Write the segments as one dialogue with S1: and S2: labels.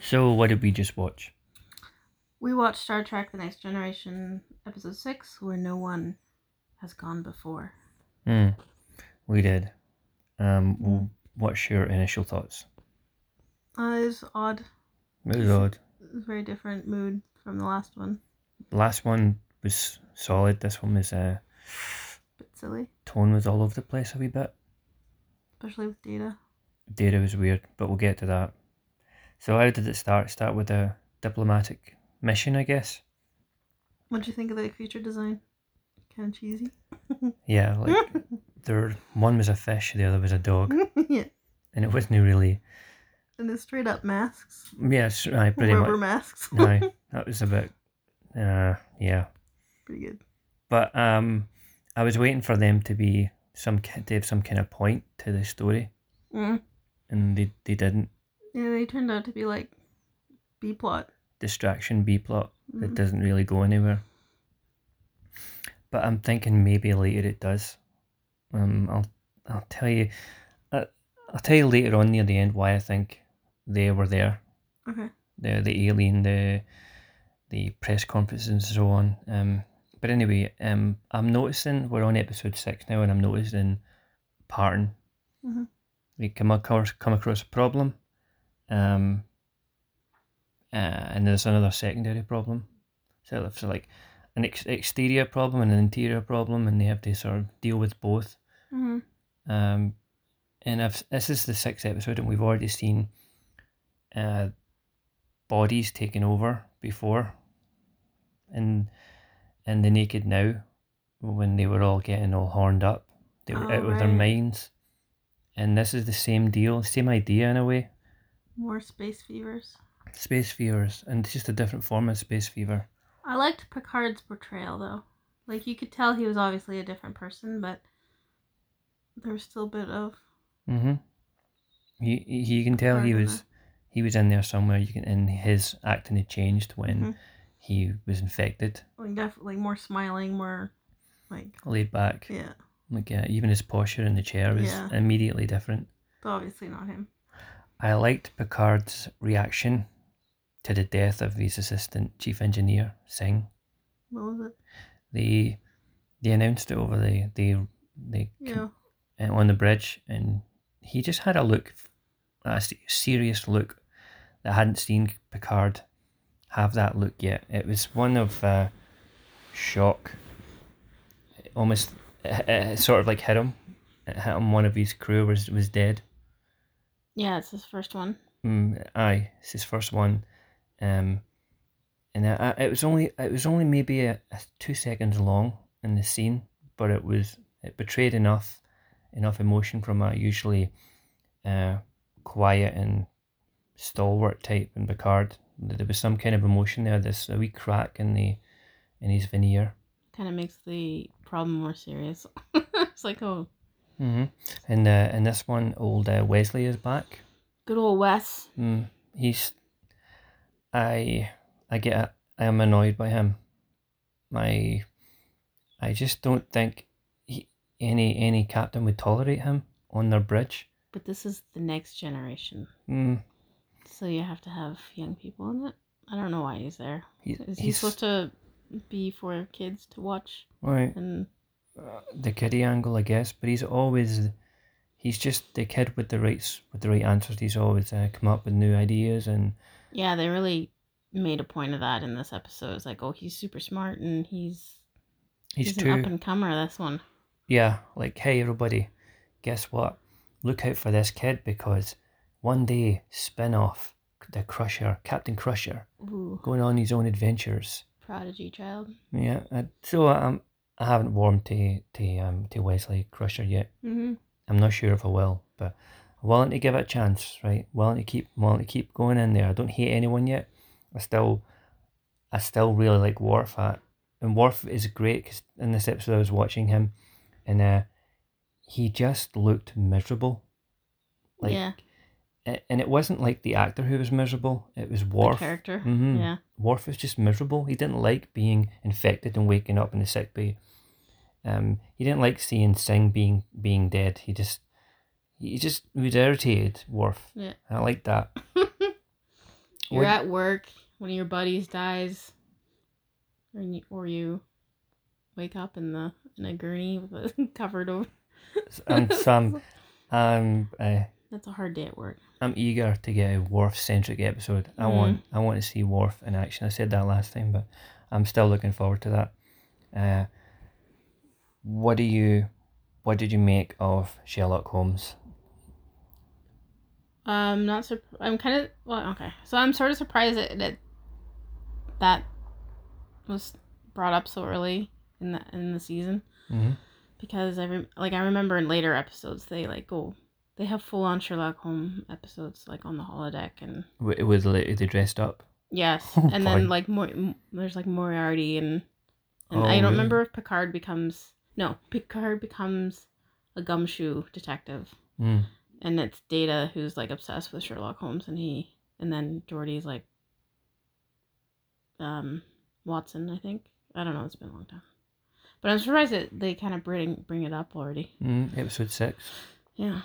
S1: So, what did we just watch?
S2: We watched Star Trek The Next Generation, episode 6, where no one has gone before.
S1: Hmm. We did. Um, w- What's your initial thoughts?
S2: Uh, it was odd.
S1: It was odd.
S2: It was a very different mood from the last one.
S1: Last one was solid. This one was uh,
S2: bit silly,
S1: tone was all over the place a wee bit.
S2: especially with Data.
S1: Data was weird, but we'll get to that. So, how did it start? Start with a diplomatic mission, I guess.
S2: What'd you think of the creature design? Kind of cheesy.
S1: Yeah, like there, one was a fish, the other was a dog,
S2: yeah.
S1: and it wasn't really.
S2: And the straight up masks.
S1: Yes, I pretty
S2: rubber
S1: much.
S2: masks.
S1: No, that was a bit. Uh, yeah,
S2: Pretty good.
S1: but um, I was waiting for them to be some ki- to have some kind of point to the story,
S2: Mm.
S1: and they they didn't.
S2: Yeah, they turned out to be like B plot.
S1: Distraction B plot that
S2: Mhm.
S1: doesn't really go anywhere. But I'm thinking maybe later it does. Um, I'll I'll tell you, I, I'll tell you later on near the end why I think they were there.
S2: Okay.
S1: the the alien, the the press conferences and so on. Um, but anyway, um, I'm noticing we're on episode six now, and I'm noticing pattern.
S2: Mhm.
S1: We come across come across a problem, um, uh, and there's another secondary problem. So it's like an ex- exterior problem and an interior problem, and they have to sort of deal with both.
S2: hmm
S1: Um, and I've, this is the sixth episode, and we've already seen uh, bodies taken over before, and and the naked now, when they were all getting all horned up, they were out
S2: Oh,
S1: of their
S2: right.
S1: minds, and this is the same deal, same idea in a way.
S2: More space fevers.
S1: Space fevers, and it's just a different form of space fever.
S2: I liked Picard's portrayal though. Like you could tell he was obviously a different person, but there was still a bit of
S1: Mhm. You you can tell he
S2: Pardon
S1: was he was in there somewhere. You can and his acting had changed when
S2: Mhm.
S1: he was infected.
S2: like definitely more smiling, more like
S1: laid back.
S2: yeah.
S1: Like uh, even his posture in the chair was
S2: Yeah.
S1: immediately different.
S2: But obviously not him.
S1: I liked Picard's reaction to the death of his assistant chief engineer Singh.
S2: What was it?
S1: They they announced it over the the the
S2: Yeah.
S1: uh, on the bridge, and he just had a look, a se- serious look that I hadn't seen Picard have that look yet. It was one of uh, shock. It almost, it, it sort of like hit him. It hit him. One of his crew was was dead.
S2: Yeah, it's his first one.
S1: Mm, aye, it's his first one, um, and I, I, it was only it was only maybe a, a two seconds long in the scene, but it was it betrayed enough enough emotion from a usually uh, quiet and stalwart type in Picard. that There was some kind of emotion there. This a wee crack in the in his veneer.
S2: Kind of makes the problem more serious. it's like oh,
S1: Mm-hmm. And uh, and this one, old uh, Wesley is back.
S2: good old Wes.
S1: Mm, he's. I I get I am annoyed by him. My, I just don't think he, any any captain would tolerate him on their bridge.
S2: But this is the next generation,
S1: Mm,
S2: so you have to have young people in it. I don't know why he's there.
S1: he,
S2: Is he supposed to be for kids to watch
S1: right
S2: and
S1: uh, the kiddie angle, I guess, but he's always he's just the kid with the right s- with the right answers. He's always uh, come up with new ideas and
S2: Yeah, they really made a point of that in this episode. It's like, oh, he's super smart and he's
S1: he's,
S2: he's,
S1: too
S2: an up and comer. This one,
S1: Yeah, like, hey, everybody, guess what? Look out for this kid because one day, spin off the Crusher, Captain Crusher,
S2: ooh,
S1: going on his own adventures.
S2: prodigy child.
S1: Yeah, I, so I'm, I haven't warmed to, to, um, to Wesley Crusher yet.
S2: Mm-hmm.
S1: I'm not sure if I will, but I'm willing to give it a chance, right? Willing to keep willing to keep going in there. I don't hate anyone yet. I still, I still really like Worf. At, and Worf is great because in this episode I was watching him, and uh, he just looked miserable. Like,
S2: yeah,
S1: a- and it wasn't like the actor who was miserable. It was
S2: the
S1: Worf.
S2: character.
S1: Mhm.
S2: Yeah,
S1: Worf was just miserable. He didn't like being infected and waking up in the sick bay. Um, he didn't like seeing Singh being being dead. He just he just he was irritated. Worf.
S2: Yeah.
S1: I like that.
S2: You're
S1: What-
S2: at work, one of your buddies dies, or you, or you wake up in the in a gurney with a covered over.
S1: and Sam, I'm uh,
S2: That's a hard day at work.
S1: I'm eager to get a Worf centric episode. I
S2: Mm.
S1: want I want to see Worf in action. I said that last time, but I'm still looking forward to that. Uh, what do you, what did you make of Sherlock Holmes?
S2: Um, not sur- I'm kind of well, okay. So I'm sort of surprised that that, that was brought up so early in the in the season
S1: Mm-hmm.
S2: because I rem- like I remember in later episodes they like go they have full on Sherlock Holmes episodes like on the holodeck and
S1: It was the lady they dressed up.
S2: yes
S1: Oh,
S2: and
S1: boy.
S2: then like more m- there's like Moriarty and and
S1: Oh,
S2: I don't
S1: really?
S2: remember if Picard becomes no Picard becomes a gumshoe detective
S1: Mm.
S2: and it's Data who's like obsessed with Sherlock Holmes, and he and then Geordie's like, um, Watson, I think. I don't know. It's been a long time, but I'm surprised that they kind of bring bring it up already.
S1: Mm, episode six.
S2: Yeah,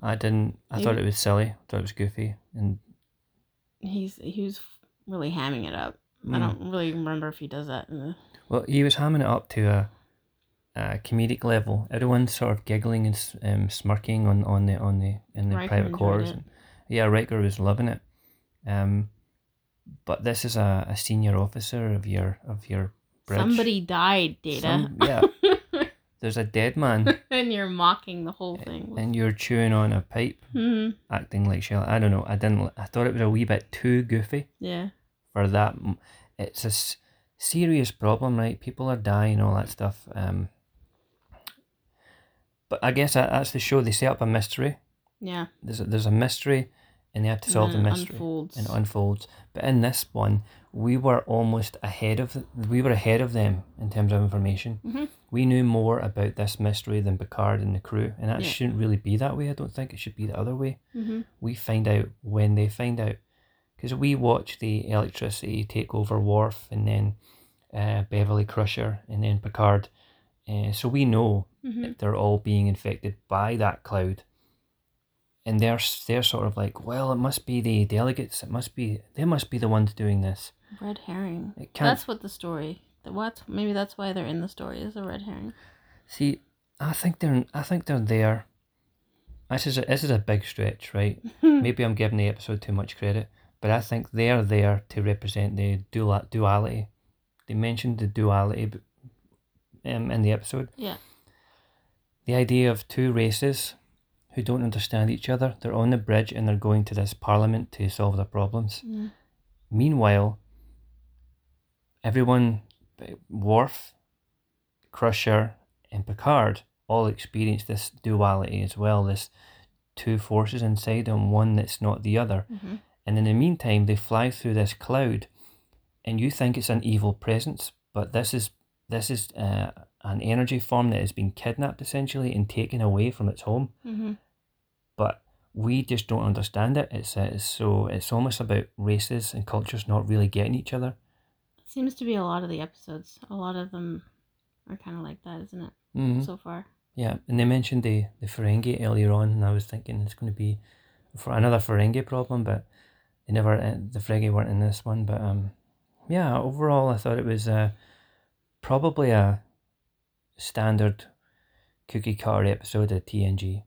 S1: I didn't. I thought
S2: Maybe-
S1: it was silly. I thought it was goofy, and
S2: he's he was really hamming it up. I
S1: mm.
S2: don't really remember if he does that. Uh, In the...
S1: Well, he was hamming it up to a, a comedic level. Everyone's sort of giggling and s- um, smirking on, on the on the in the
S2: Riker
S1: private
S2: enjoyed
S1: quarters.
S2: it.
S1: And, yeah, Riker was loving it. Um, but this is a, a senior officer of your of your bridge.
S2: Somebody died, Data,
S1: Some- yeah, there's a dead man,
S2: and you're mocking the whole thing.
S1: and you're chewing on a pipe,
S2: Mhm.
S1: acting like Shell. I don't know. I didn't. li- I thought it was a wee bit too goofy.
S2: Yeah,
S1: for that. m- It's a s- serious problem, right? People are dying, all that stuff. Um, but I guess that, that's the show. They set up a mystery.
S2: yeah.
S1: There's a, there's a mystery, and they have to
S2: And
S1: solve the
S2: then it
S1: mystery,
S2: Mm, unfolds.
S1: and it unfolds. But in this one, we were almost ahead of th- we were ahead of them in terms of information.
S2: Mhm.
S1: We knew more about this mystery than Picard and the crew, and that
S2: Yeah.
S1: shouldn't really be that way. I don't think it should be the other way
S2: Mhm.
S1: we find out when they find out. Because we watch the electricity take over Worf and then uh, Beverly Crusher and then Picard. Uh, so we know
S2: Mhm.
S1: that they're all being infected by that cloud. And they're, s- they're sort of like, well, it must be the delegates. It must be, they must be the ones doing this.
S2: Red herring.
S1: It can't
S2: That's what the story. The what? Maybe that's why they're in the story is a red herring.
S1: See, I think they're I think they're there. This is a, this is a big stretch, right? Maybe I'm giving the episode too much credit, but I think they're there to represent the dual, duality. They mentioned the duality b- um, in the episode.
S2: Yeah.
S1: The idea of two races who don't understand each other. They're on the bridge and they're going to this parliament to solve their problems.
S2: Mm.
S1: Meanwhile, everyone, Worf, Crusher, and Picard all experience this duality as well. This two forces inside them, one that's not the other.
S2: Mhm.
S1: And in the meantime, they fly through this cloud, and you think it's an evil presence, but this is this is uh, an energy form that has been kidnapped essentially and taken away from its home
S2: Mhm.
S1: but we just don't understand it. It's, uh, it's so it's almost about races and cultures not really getting each other.
S2: Seems to be a lot of the episodes. A lot of them are kind of like that, isn't it?
S1: Mm-hmm.
S2: So far.
S1: Yeah, and they mentioned the the Ferengi earlier on, and I was thinking it's going to be for another Ferengi problem, but they never uh, the Ferengi weren't in this one. But um, yeah, overall I thought it was uh, probably a standard cookie cutter episode of TNG.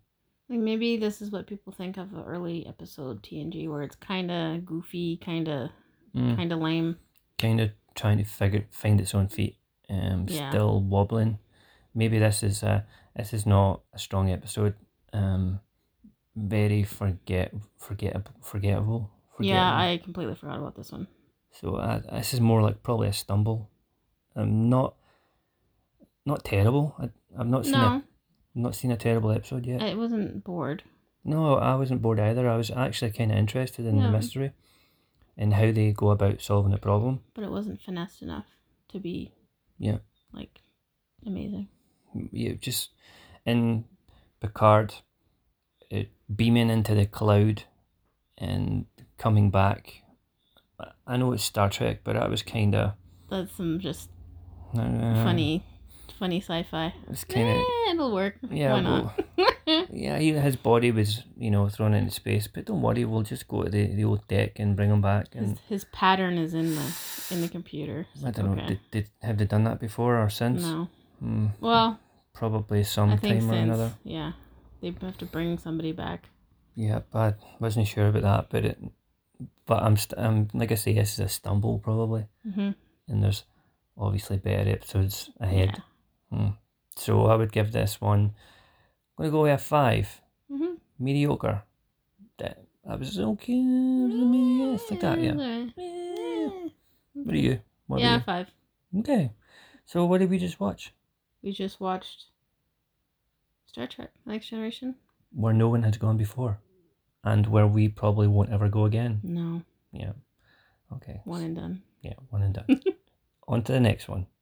S2: Like maybe this is what people think of an early episode TNG, where it's kind of goofy, kind of
S1: Mm.
S2: kind of lame.
S1: kind of trying to figure find its own feet. Um,
S2: Yeah.
S1: still wobbling. Maybe this is a this is not a strong episode. Um, very forget forgettable forgettable. forgettable.
S2: Yeah, I completely forgot about this one.
S1: So uh, this is more like probably a stumble. Um, not not terrible. I I've not seen a,
S2: No,
S1: I've not seen a terrible episode yet.
S2: I wasn't bored.
S1: No, I wasn't bored either. I was actually kind of interested in
S2: Yeah.
S1: the mystery and how they go about solving the problem.
S2: but it wasn't finessed enough to be
S1: Yeah.
S2: like amazing
S1: you just in Picard uh, beaming into the cloud and coming back. I- I know it's Star Trek, but that was uh, kind of
S2: that's some just
S1: Uh-huh.
S2: funny funny sci-fi
S1: It's kind
S2: eh, it'll work
S1: of yeah.
S2: why not
S1: well, Yeah, he, his body was, you know, thrown into space. But don't worry, we'll just go to the, the old deck and bring him back.
S2: his,
S1: And
S2: his pattern is in the in the computer. It's
S1: I
S2: like,
S1: don't know, did, did, have they done that before or since?
S2: No.
S1: Hmm,
S2: Well,
S1: probably
S2: I
S1: some
S2: think
S1: time or
S2: since
S1: another.
S2: yeah, they have to bring somebody back.
S1: Yeah, I wasn't sure about that, but it, but I'm, st- I'm like I say, this is a stumble probably,
S2: hmm
S1: and there's obviously better episodes ahead. Hmm.
S2: Yeah.
S1: So I would give this one. I'm gonna go with a five.
S2: Mhm.
S1: Mediocre. That that was okay. It was a medi- it's like that, yeah.
S2: Okay.
S1: Eh. What are you? What
S2: yeah,
S1: Are
S2: five.
S1: you? Okay. So what did we just watch?
S2: We just watched Star Trek: Next Generation.
S1: Where no one has gone before, and where we probably won't ever go again.
S2: No,
S1: Yeah. Okay.
S2: Mm. one and done.
S1: Yeah, one and done. On to the next one.